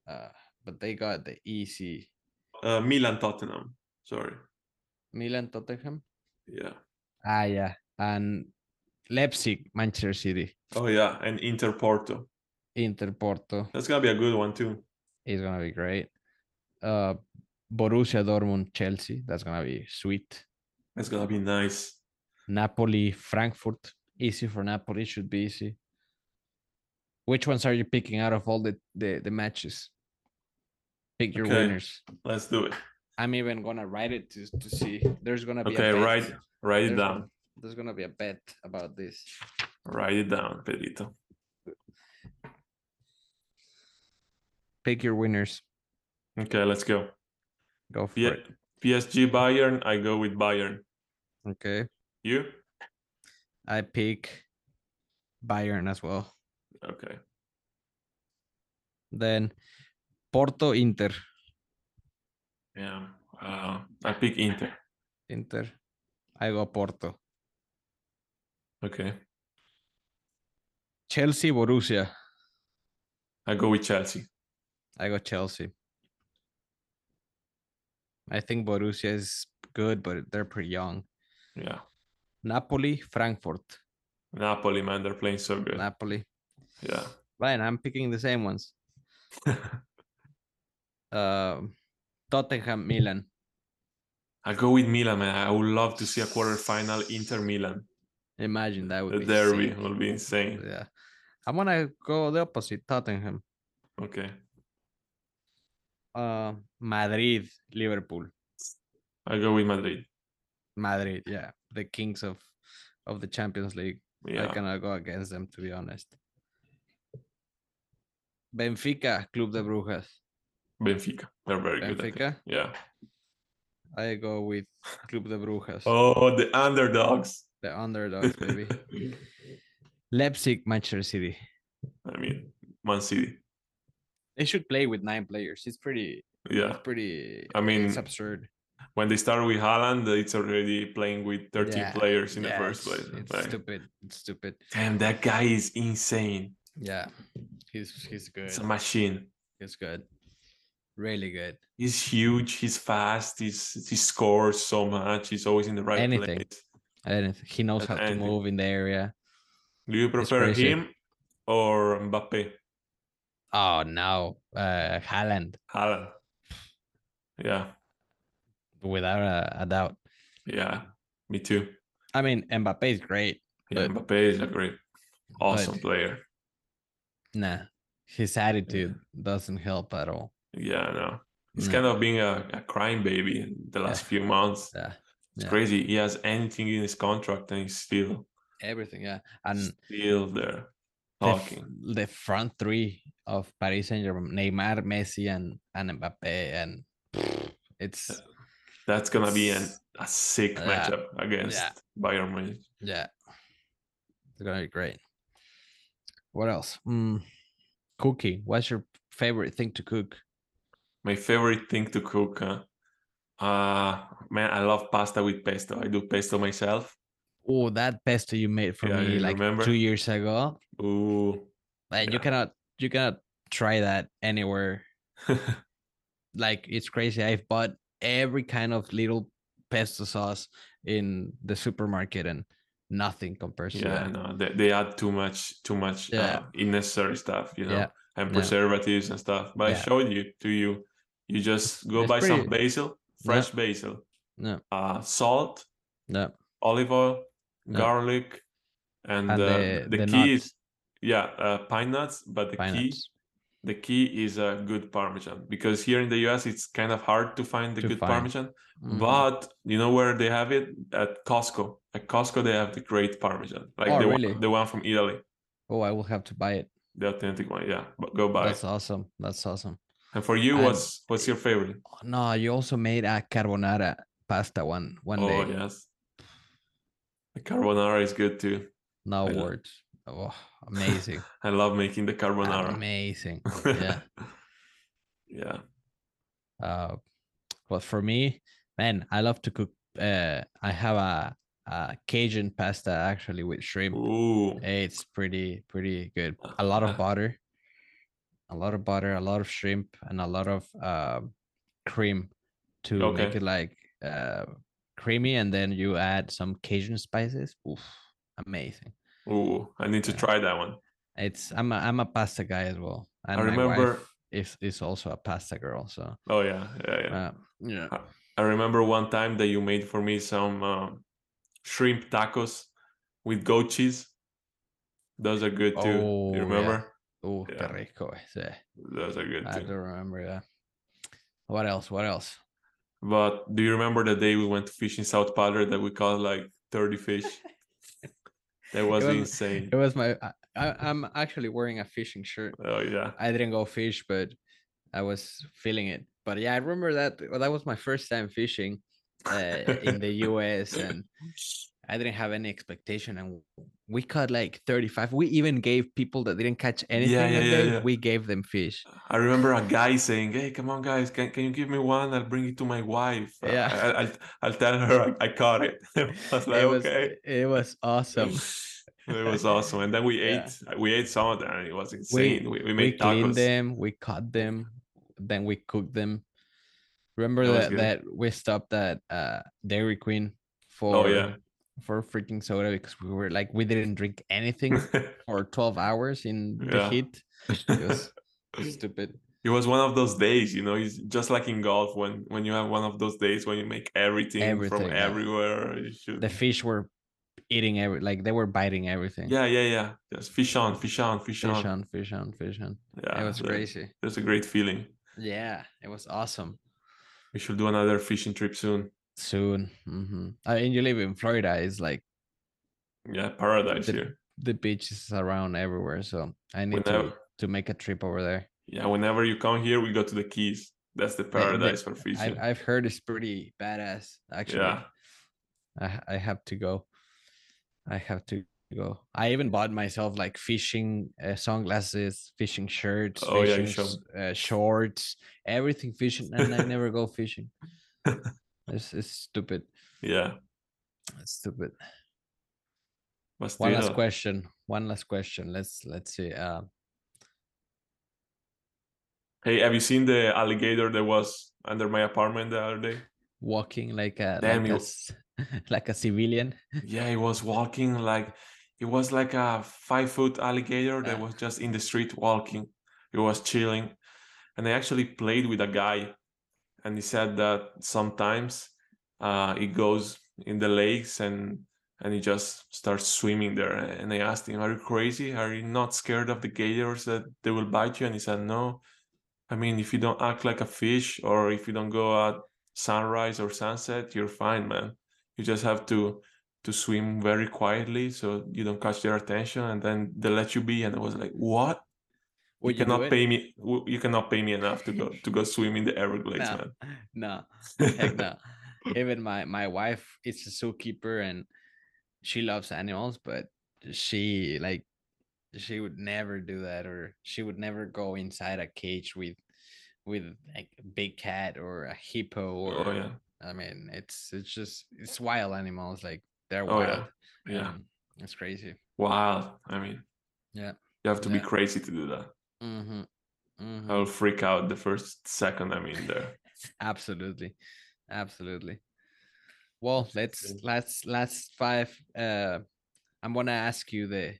Speaker 1: Uh, but they got the easy
Speaker 2: Uh, Milan Tottenham. Sorry.
Speaker 1: Milan, Tottenham.
Speaker 2: Yeah.
Speaker 1: Ah yeah, and Leipzig, Manchester City,
Speaker 2: Oh yeah, and Inter Porto.
Speaker 1: Inter, Porto.
Speaker 2: That's gonna be a good one too.
Speaker 1: is gonna be great. Uh, Borussia Dortmund, Chelsea. That's gonna be sweet.
Speaker 2: That's gonna be nice.
Speaker 1: Napoli, Frankfurt. Easy for Napoli. Should be easy. Which ones are you picking out of all the the, the matches? Pick your
Speaker 2: Okay.
Speaker 1: winners.
Speaker 2: Let's do it.
Speaker 1: I'm even gonna write it to, to see. There's gonna be
Speaker 2: Okay,
Speaker 1: a bet.
Speaker 2: write write
Speaker 1: There's
Speaker 2: it
Speaker 1: gonna-
Speaker 2: down.
Speaker 1: There's gonna be a bet about this.
Speaker 2: Write it down, Pedrito.
Speaker 1: Pick your winners.
Speaker 2: Okay, let's go.
Speaker 1: Go for
Speaker 2: P-
Speaker 1: it.
Speaker 2: PSG Bayern. I go with Bayern.
Speaker 1: Okay.
Speaker 2: You?
Speaker 1: I pick Bayern as well.
Speaker 2: Okay.
Speaker 1: Then Porto, Inter.
Speaker 2: Yeah. Uh, I pick Inter.
Speaker 1: Inter. I go Porto.
Speaker 2: Okay.
Speaker 1: Chelsea, Borussia.
Speaker 2: I go with Chelsea.
Speaker 1: I go Chelsea. I think Borussia is good, but they're pretty young.
Speaker 2: Yeah.
Speaker 1: Napoli, Frankfurt.
Speaker 2: Napoli, man, they're playing so good.
Speaker 1: Napoli.
Speaker 2: Yeah.
Speaker 1: Ryan, I'm picking the same
Speaker 2: (laughs)
Speaker 1: ones. Um, Tottenham, Milan.
Speaker 2: I go with Milan, man. I would love to see a quarterfinal Inter Milan.
Speaker 1: Imagine that would
Speaker 2: The
Speaker 1: be
Speaker 2: derby
Speaker 1: sick.
Speaker 2: will be insane.
Speaker 1: Yeah, I'm gonna go the opposite. Tottenham,
Speaker 2: Okay.
Speaker 1: uh, Madrid, Liverpool,
Speaker 2: I go with Madrid.
Speaker 1: Madrid. Yeah, the kings of of the Champions League. I
Speaker 2: Yeah.
Speaker 1: cannot go against them to be honest. Benfica, Club de Brujas.
Speaker 2: Benfica. They're very good. I think.
Speaker 1: Benfica.
Speaker 2: Yeah.
Speaker 1: I go with Club de Brujas,
Speaker 2: Oh, the underdogs.
Speaker 1: the
Speaker 2: (laughs)
Speaker 1: underdogs, baby. Leipzig, Manchester City.
Speaker 2: I mean, Man City.
Speaker 1: They should play with nine players. It's pretty,
Speaker 2: Yeah.
Speaker 1: it's pretty.
Speaker 2: I mean,
Speaker 1: it's absurd.
Speaker 2: when they start with Haaland, it's already playing with 13
Speaker 1: Yeah,
Speaker 2: players in
Speaker 1: Yeah,
Speaker 2: the first
Speaker 1: it's-
Speaker 2: place.
Speaker 1: It's
Speaker 2: Like,
Speaker 1: stupid. It's stupid.
Speaker 2: Damn, that guy is insane.
Speaker 1: Yeah, he's he's good.
Speaker 2: It's a machine.
Speaker 1: He's good. Really good.
Speaker 2: He's huge. He's fast. He's he scores so much. He's always in the right
Speaker 1: Anything.
Speaker 2: place.
Speaker 1: And he knows
Speaker 2: At
Speaker 1: how to
Speaker 2: anything.
Speaker 1: move in the area.
Speaker 2: Do you prefer
Speaker 1: crazy.
Speaker 2: him or Mbappe?
Speaker 1: Oh no, uh, Haaland,
Speaker 2: Haaland. Yeah,
Speaker 1: without a, a doubt.
Speaker 2: yeah, me too.
Speaker 1: I mean, Mbappe is great.
Speaker 2: Yeah,
Speaker 1: But-
Speaker 2: Mbappe is a great, awesome player.
Speaker 1: Nah, his attitude doesn't help at all.
Speaker 2: Yeah, no, he's
Speaker 1: No.
Speaker 2: kind of being a, a crying baby in the last few months.
Speaker 1: Mm. Yeah,
Speaker 2: It's
Speaker 1: yeah.
Speaker 2: crazy. He has anything in his contract and he's still
Speaker 1: everything. Yeah, and
Speaker 2: still there
Speaker 1: the, f-
Speaker 2: talking.
Speaker 1: the front three of Paris Saint Germain: Neymar, Messi, and and Mbappe, and it's
Speaker 2: That's gonna be an, a sick
Speaker 1: Yeah.
Speaker 2: matchup against Bayern Munich.
Speaker 1: yeah, it's gonna be great. What else? Mm, cooking. What's your favorite thing to cook?
Speaker 2: My favorite thing to cook. Huh? Uh man, I love pasta with pesto. I do pesto myself.
Speaker 1: Oh, that pesto you made for
Speaker 2: Yeah,
Speaker 1: me
Speaker 2: you
Speaker 1: like
Speaker 2: remember?
Speaker 1: two years ago.
Speaker 2: Ooh.
Speaker 1: Like you
Speaker 2: Yeah.
Speaker 1: cannot you cannot try that anywhere.
Speaker 2: (laughs)
Speaker 1: Like it's crazy. I've bought every kind of little pesto sauce in the supermarket and nothing compares to
Speaker 2: yeah,
Speaker 1: that.
Speaker 2: no, they, they add too much, too much uh,
Speaker 1: Yeah.
Speaker 2: unnecessary stuff, you know,
Speaker 1: Yeah,
Speaker 2: and
Speaker 1: yeah.
Speaker 2: preservatives and stuff. But I
Speaker 1: Yeah.
Speaker 2: showed you to you. You just go
Speaker 1: It's
Speaker 2: buy some
Speaker 1: pretty-
Speaker 2: basil, fresh basil,
Speaker 1: Yeah.
Speaker 2: uh, salt,
Speaker 1: No.
Speaker 2: olive oil,
Speaker 1: Yeah.
Speaker 2: garlic, and,
Speaker 1: And
Speaker 2: uh,
Speaker 1: the,
Speaker 2: the,
Speaker 1: the
Speaker 2: key
Speaker 1: nuts,
Speaker 2: is yeah, uh, pine nuts. But the
Speaker 1: pine
Speaker 2: key
Speaker 1: nuts.
Speaker 2: the key is a good parmesan because here in the US it's kind of hard to find the
Speaker 1: To
Speaker 2: good
Speaker 1: find.
Speaker 2: parmesan.
Speaker 1: Mm.
Speaker 2: But you know where they have it at Costco. At Costco they have the great parmesan, like
Speaker 1: Oh,
Speaker 2: the
Speaker 1: really?
Speaker 2: one, the one from Italy,
Speaker 1: oh, I will have to buy it.
Speaker 2: the authentic one. Yeah, but go buy.
Speaker 1: That's
Speaker 2: it.
Speaker 1: awesome. That's awesome.
Speaker 2: And for you,
Speaker 1: I'm-
Speaker 2: what's what's your favorite?
Speaker 1: Oh, no, you also made a carbonara pasta one one
Speaker 2: oh
Speaker 1: day.
Speaker 2: yes, the carbonara is good too.
Speaker 1: No
Speaker 2: I lo-
Speaker 1: words. Oh, amazing.
Speaker 2: I love making the (laughs) carbonara. (laughs)
Speaker 1: Amazing. Yeah.
Speaker 2: yeah.
Speaker 1: Uh, but for me, man, I love to cook. Uh, I have a, a Cajun pasta actually with shrimp.
Speaker 2: Ooh.
Speaker 1: It's pretty pretty good. A lot of
Speaker 2: (laughs) Uh-huh.
Speaker 1: butter, a lot of butter, a lot of shrimp, and a lot of um, cream to make
Speaker 2: Okay.
Speaker 1: it like uh, creamy. And then you add some Cajun spices. Oof, amazing.
Speaker 2: Ooh. I need to
Speaker 1: Yeah.
Speaker 2: try that one.
Speaker 1: It's I'm a I'm a pasta guy as well, and my
Speaker 2: remember-
Speaker 1: wife is is also a pasta girl. So
Speaker 2: Oh yeah. Yeah. yeah.
Speaker 1: uh, yeah.
Speaker 2: I remember one time that you made for me some uh, shrimp tacos with goat cheese. Those are good too.
Speaker 1: Oh,
Speaker 2: you
Speaker 1: yeah.
Speaker 2: remember?
Speaker 1: Oh, qué
Speaker 2: Yeah.
Speaker 1: rico. Sí.
Speaker 2: Those are good
Speaker 1: I
Speaker 2: too.
Speaker 1: don't remember that. What else? What else?
Speaker 2: But do you remember the day we went to fish in South Padre that we caught like 30 fish?
Speaker 1: (laughs)
Speaker 2: that was,
Speaker 1: was-
Speaker 2: insane.
Speaker 1: It was my. I, I, I'm actually wearing a fishing shirt.
Speaker 2: oh yeah.
Speaker 1: I didn't go fish, but I was feeling it. But yeah, I remember that. Well, that was my first time fishing uh, in
Speaker 2: (laughs)
Speaker 1: the U.S. and I didn't have any expectation, and we caught like 35. We even gave people that didn't catch anything
Speaker 2: yeah,
Speaker 1: that
Speaker 2: yeah,
Speaker 1: day.
Speaker 2: yeah.
Speaker 1: We gave them fish.
Speaker 2: I remember a guy saying, "Hey, come on, guys, can, can you give me one? I'll bring it to my wife. I-
Speaker 1: Yeah.
Speaker 2: I, I'll I'll tell her I, I caught it." (laughs) I was like,
Speaker 1: it was
Speaker 2: "Okay."
Speaker 1: it was (laughs) awesome.
Speaker 2: it was awesome, and then we
Speaker 1: Yeah.
Speaker 2: ate we ate some of that, and it was insane. We we,
Speaker 1: we
Speaker 2: made
Speaker 1: cleaned
Speaker 2: tacos.
Speaker 1: them, we cut them, then we cooked them. Remember
Speaker 2: That was
Speaker 1: that
Speaker 2: good.
Speaker 1: that we stopped at uh Dairy Queen for
Speaker 2: Oh, yeah.
Speaker 1: for freaking soda because we were like we didn't drink
Speaker 2: (laughs)
Speaker 1: anything for 12 hours in the
Speaker 2: Yeah.
Speaker 1: heat. It was
Speaker 2: (laughs)
Speaker 1: stupid.
Speaker 2: it was one of those days, you know. It's just like in golf when when you have one of those days when you make everything,
Speaker 1: Everything,
Speaker 2: from
Speaker 1: yeah.
Speaker 2: everywhere. You should.
Speaker 1: The fish were eating every like they were biting everything.
Speaker 2: (laughs) yeah, yeah, yeah. Just fish on, fish on, fish,
Speaker 1: Fish
Speaker 2: on. Ah,
Speaker 1: on, fish on, fish on.
Speaker 2: Yeah,
Speaker 1: it was
Speaker 2: that-
Speaker 1: crazy.
Speaker 2: That's a great feeling.
Speaker 1: Yeah, it was awesome.
Speaker 2: We should do another fishing trip soon.
Speaker 1: Soon. hmm I mean, you live in Florida, it's like
Speaker 2: Yeah, paradise
Speaker 1: The-
Speaker 2: here.
Speaker 1: the beach is around everywhere, so I need to,
Speaker 2: Whenever-
Speaker 1: to make a trip over there.
Speaker 2: Yeah, whenever you come here, we go to the Keys. That's the
Speaker 1: the-
Speaker 2: paradise for
Speaker 1: I've,
Speaker 2: fishing.
Speaker 1: I've heard it's pretty badass, actually.
Speaker 2: yeah,
Speaker 1: I, ha- I have to go. I have to go. I even bought myself like fishing uh, sunglasses, fishing shirts,
Speaker 2: Oh, yeah, you
Speaker 1: fishing
Speaker 2: showed
Speaker 1: s- uh, shorts, everything fishing, and I never go
Speaker 2: (laughs)
Speaker 1: fishing. It's, it's stupid.
Speaker 2: yeah.
Speaker 1: It's stupid.
Speaker 2: But still,
Speaker 1: One last question. One last question. Let's let's see. Uh,
Speaker 2: hey, have you seen the alligator that was under my apartment the other day?
Speaker 1: walking like a
Speaker 2: Damn
Speaker 1: like a,
Speaker 2: you.
Speaker 1: s- (laughs) like a civilian.
Speaker 2: Yeah, it was walking like it was like a five foot alligator that
Speaker 1: Yeah.
Speaker 2: was just in the street walking. It was chilling. And I actually played with a guy, and he said that sometimes uh, it goes in the lakes and and he just starts swimming there. And I asked him, "Are you crazy? Are you not scared of the gators that they will bite you?" And he said, "No. I mean, if you don't act like a fish, or if you don't go at sunrise or sunset, you're fine, man. You just have to." to swim very quietly so you don't catch their attention and then they let you be and i was like what
Speaker 1: Would
Speaker 2: you
Speaker 1: do
Speaker 2: cannot
Speaker 1: it?
Speaker 2: pay me w- you cannot pay me enough to
Speaker 1: (laughs)
Speaker 2: go to go swim in the everglades
Speaker 1: No, no, heck
Speaker 2: (laughs) man
Speaker 1: no. Even my my wife is a zookeeper and she loves animals, but she like she would never do that, or she would never go inside a cage with with like a big cat or a hippo. Or
Speaker 2: oh yeah
Speaker 1: I mean, it's it's just it's wild animals, like they're
Speaker 2: Oh,
Speaker 1: wild.
Speaker 2: yeah. yeah
Speaker 1: and it's crazy.
Speaker 2: wow i mean
Speaker 1: Yeah.
Speaker 2: you have to be
Speaker 1: Yeah.
Speaker 2: crazy to do that
Speaker 1: Mm-hmm.
Speaker 2: i will freak out the first second i'm in
Speaker 1: (laughs)
Speaker 2: there
Speaker 1: Absolutely. Absolutely. Well, let's
Speaker 2: Absolutely.
Speaker 1: let's last five. Uh I'm gonna ask you the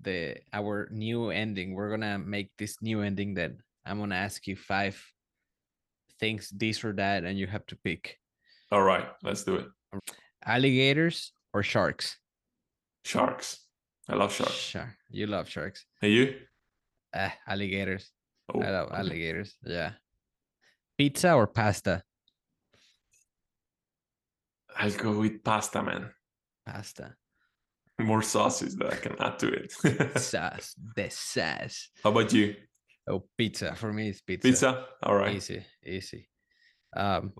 Speaker 1: the our new ending. We're gonna make this new ending that I'm gonna ask you five things, this or that, and you have to pick
Speaker 2: all right let's do it
Speaker 1: alligators or sharks.
Speaker 2: sharks i love sharks
Speaker 1: Sure. You love sharks.
Speaker 2: hey you
Speaker 1: Uh, alligators.
Speaker 2: Oh,
Speaker 1: I love
Speaker 2: okay.
Speaker 1: alligators. Yeah. Pizza or pasta?
Speaker 2: I'll go with pasta, man.
Speaker 1: Pasta.
Speaker 2: More sauces that I can add to it. (laughs)
Speaker 1: Sauce. The sauce.
Speaker 2: How about you?
Speaker 1: Oh, pizza. For me, it's pizza.
Speaker 2: Pizza? All right.
Speaker 1: Easy. Easy. Um,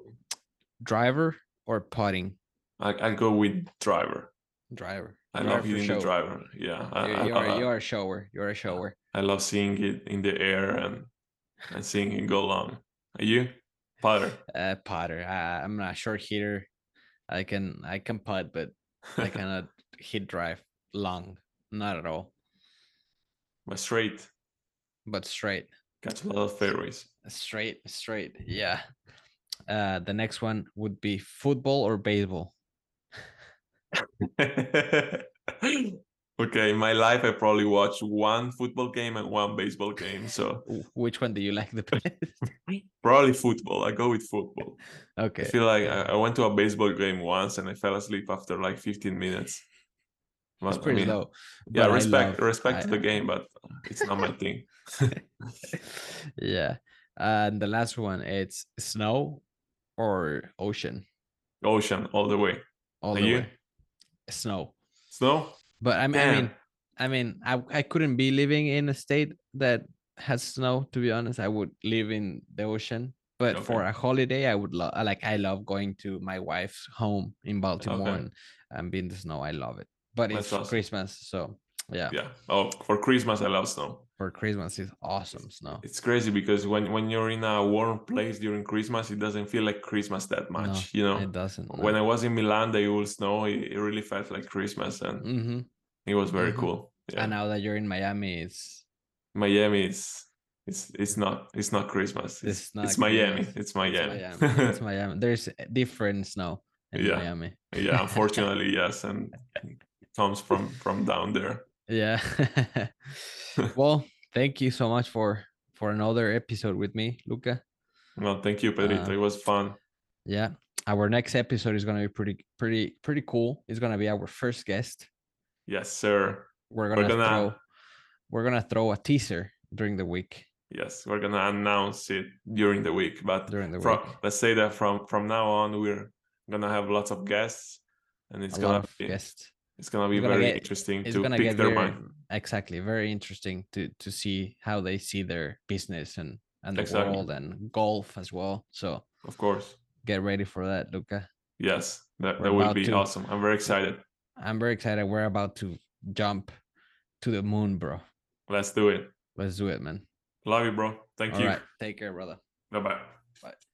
Speaker 1: driver or putting?
Speaker 2: I, I'll go with driver.
Speaker 1: Driver.
Speaker 2: I
Speaker 1: Driver
Speaker 2: love
Speaker 1: for
Speaker 2: hitting
Speaker 1: show.
Speaker 2: the driver. Yeah. I,
Speaker 1: You're,
Speaker 2: I-
Speaker 1: you're,
Speaker 2: I-
Speaker 1: a- you're a shower. You're a shower.
Speaker 2: I love seeing it in the air and, and seeing it go long. Are you? Potter.
Speaker 1: Uh, Potter. I, I'm not a short hitter. I can I can putt, but
Speaker 2: (laughs)
Speaker 1: I cannot hit drive long. Not at all.
Speaker 2: But straight.
Speaker 1: But straight.
Speaker 2: Catch a lot
Speaker 1: (laughs)
Speaker 2: of fairways. (laughs)
Speaker 1: Straight, straight. Yeah. Uh, the next one would be football or baseball.
Speaker 2: okay, in my life, I probably watched one football game and one baseball game. So
Speaker 1: W- Which one do you like the (laughs) best?
Speaker 2: probably football. I go with football. I
Speaker 1: okay.
Speaker 2: feel like I, I went to a baseball game once and I fell asleep after like 15 minutes.
Speaker 1: It's
Speaker 2: But, I
Speaker 1: pretty
Speaker 2: mean,
Speaker 1: low.
Speaker 2: Yeah,
Speaker 1: but I
Speaker 2: respect
Speaker 1: love-
Speaker 2: respect
Speaker 1: I-
Speaker 2: to the game, but it's not my thing.
Speaker 1: (laughs) yeah. And the last one, it's snow or ocean.
Speaker 2: Ocean all the way.
Speaker 1: All
Speaker 2: Are
Speaker 1: the
Speaker 2: you?
Speaker 1: way. Snow.
Speaker 2: Snow?
Speaker 1: But I mean, I
Speaker 2: Damn.
Speaker 1: mean, I mean, I, I couldn't be living in a state that has snow. To be honest, I would live in the ocean. But
Speaker 2: Okay.
Speaker 1: for a holiday, I would love. Like I love going to my wife's home in Baltimore and, and being in the snow. I love it. But
Speaker 2: That's
Speaker 1: it's
Speaker 2: awesome.
Speaker 1: Christmas, so yeah,
Speaker 2: yeah. Oh, for Christmas I love snow.
Speaker 1: For Christmas, it's awesome snow.
Speaker 2: It's crazy because when when you're in a warm place during Christmas, it doesn't feel like Christmas that
Speaker 1: No,
Speaker 2: much, you know.
Speaker 1: it doesn't.
Speaker 2: When I was in Milan, they all snow. It, it really felt like Christmas, and
Speaker 1: hmm
Speaker 2: it was very
Speaker 1: Mhm.
Speaker 2: cool. Yeah.
Speaker 1: And now that you're in Miami, it's
Speaker 2: Miami is it's it's not it's not Christmas. It's,
Speaker 1: It's not
Speaker 2: it's Miami.
Speaker 1: Christmas.
Speaker 2: It's Miami.
Speaker 1: It's Miami. it's Miami. There's different snow in
Speaker 2: Yeah.
Speaker 1: Miami.
Speaker 2: (laughs) yeah, unfortunately, yes, and it comes from from down there. (laughs)
Speaker 1: Yeah. (laughs) well, thank you so much for for another episode with me, Luca.
Speaker 2: Well, thank you, Pedrito.
Speaker 1: Uh,
Speaker 2: it was fun.
Speaker 1: Yeah. Our next episode is going to be pretty pretty pretty cool. It's going to be our first guest.
Speaker 2: Yes, sir.
Speaker 1: We're going to
Speaker 2: gonna-
Speaker 1: throw we're going to throw a teaser during the week
Speaker 2: Yes, we're gonna announce it during the week, but
Speaker 1: during the
Speaker 2: from,
Speaker 1: week.
Speaker 2: let's say that from from now on we're gonna have lots of guests and it's
Speaker 1: a lot
Speaker 2: gonna
Speaker 1: of
Speaker 2: be
Speaker 1: guests.
Speaker 2: it's gonna be
Speaker 1: It's gonna
Speaker 2: very
Speaker 1: get-
Speaker 2: interesting
Speaker 1: it's
Speaker 2: to
Speaker 1: gonna
Speaker 2: pick
Speaker 1: get
Speaker 2: their
Speaker 1: very-
Speaker 2: mind
Speaker 1: Exactly. Very interesting to to see how they see their business and and the
Speaker 2: Exactly.
Speaker 1: world and golf as well. So,
Speaker 2: of course
Speaker 1: get ready for that, Luca.
Speaker 2: yes that,
Speaker 1: We're
Speaker 2: that will
Speaker 1: about
Speaker 2: be
Speaker 1: to.
Speaker 2: awesome i'm very excited
Speaker 1: I'm very excited. We're about to jump to the moon, bro.
Speaker 2: let's do it
Speaker 1: Let's do it, man.
Speaker 2: love you bro thank
Speaker 1: All
Speaker 2: you
Speaker 1: right. Take care, brother.
Speaker 2: bye-bye
Speaker 1: Bye.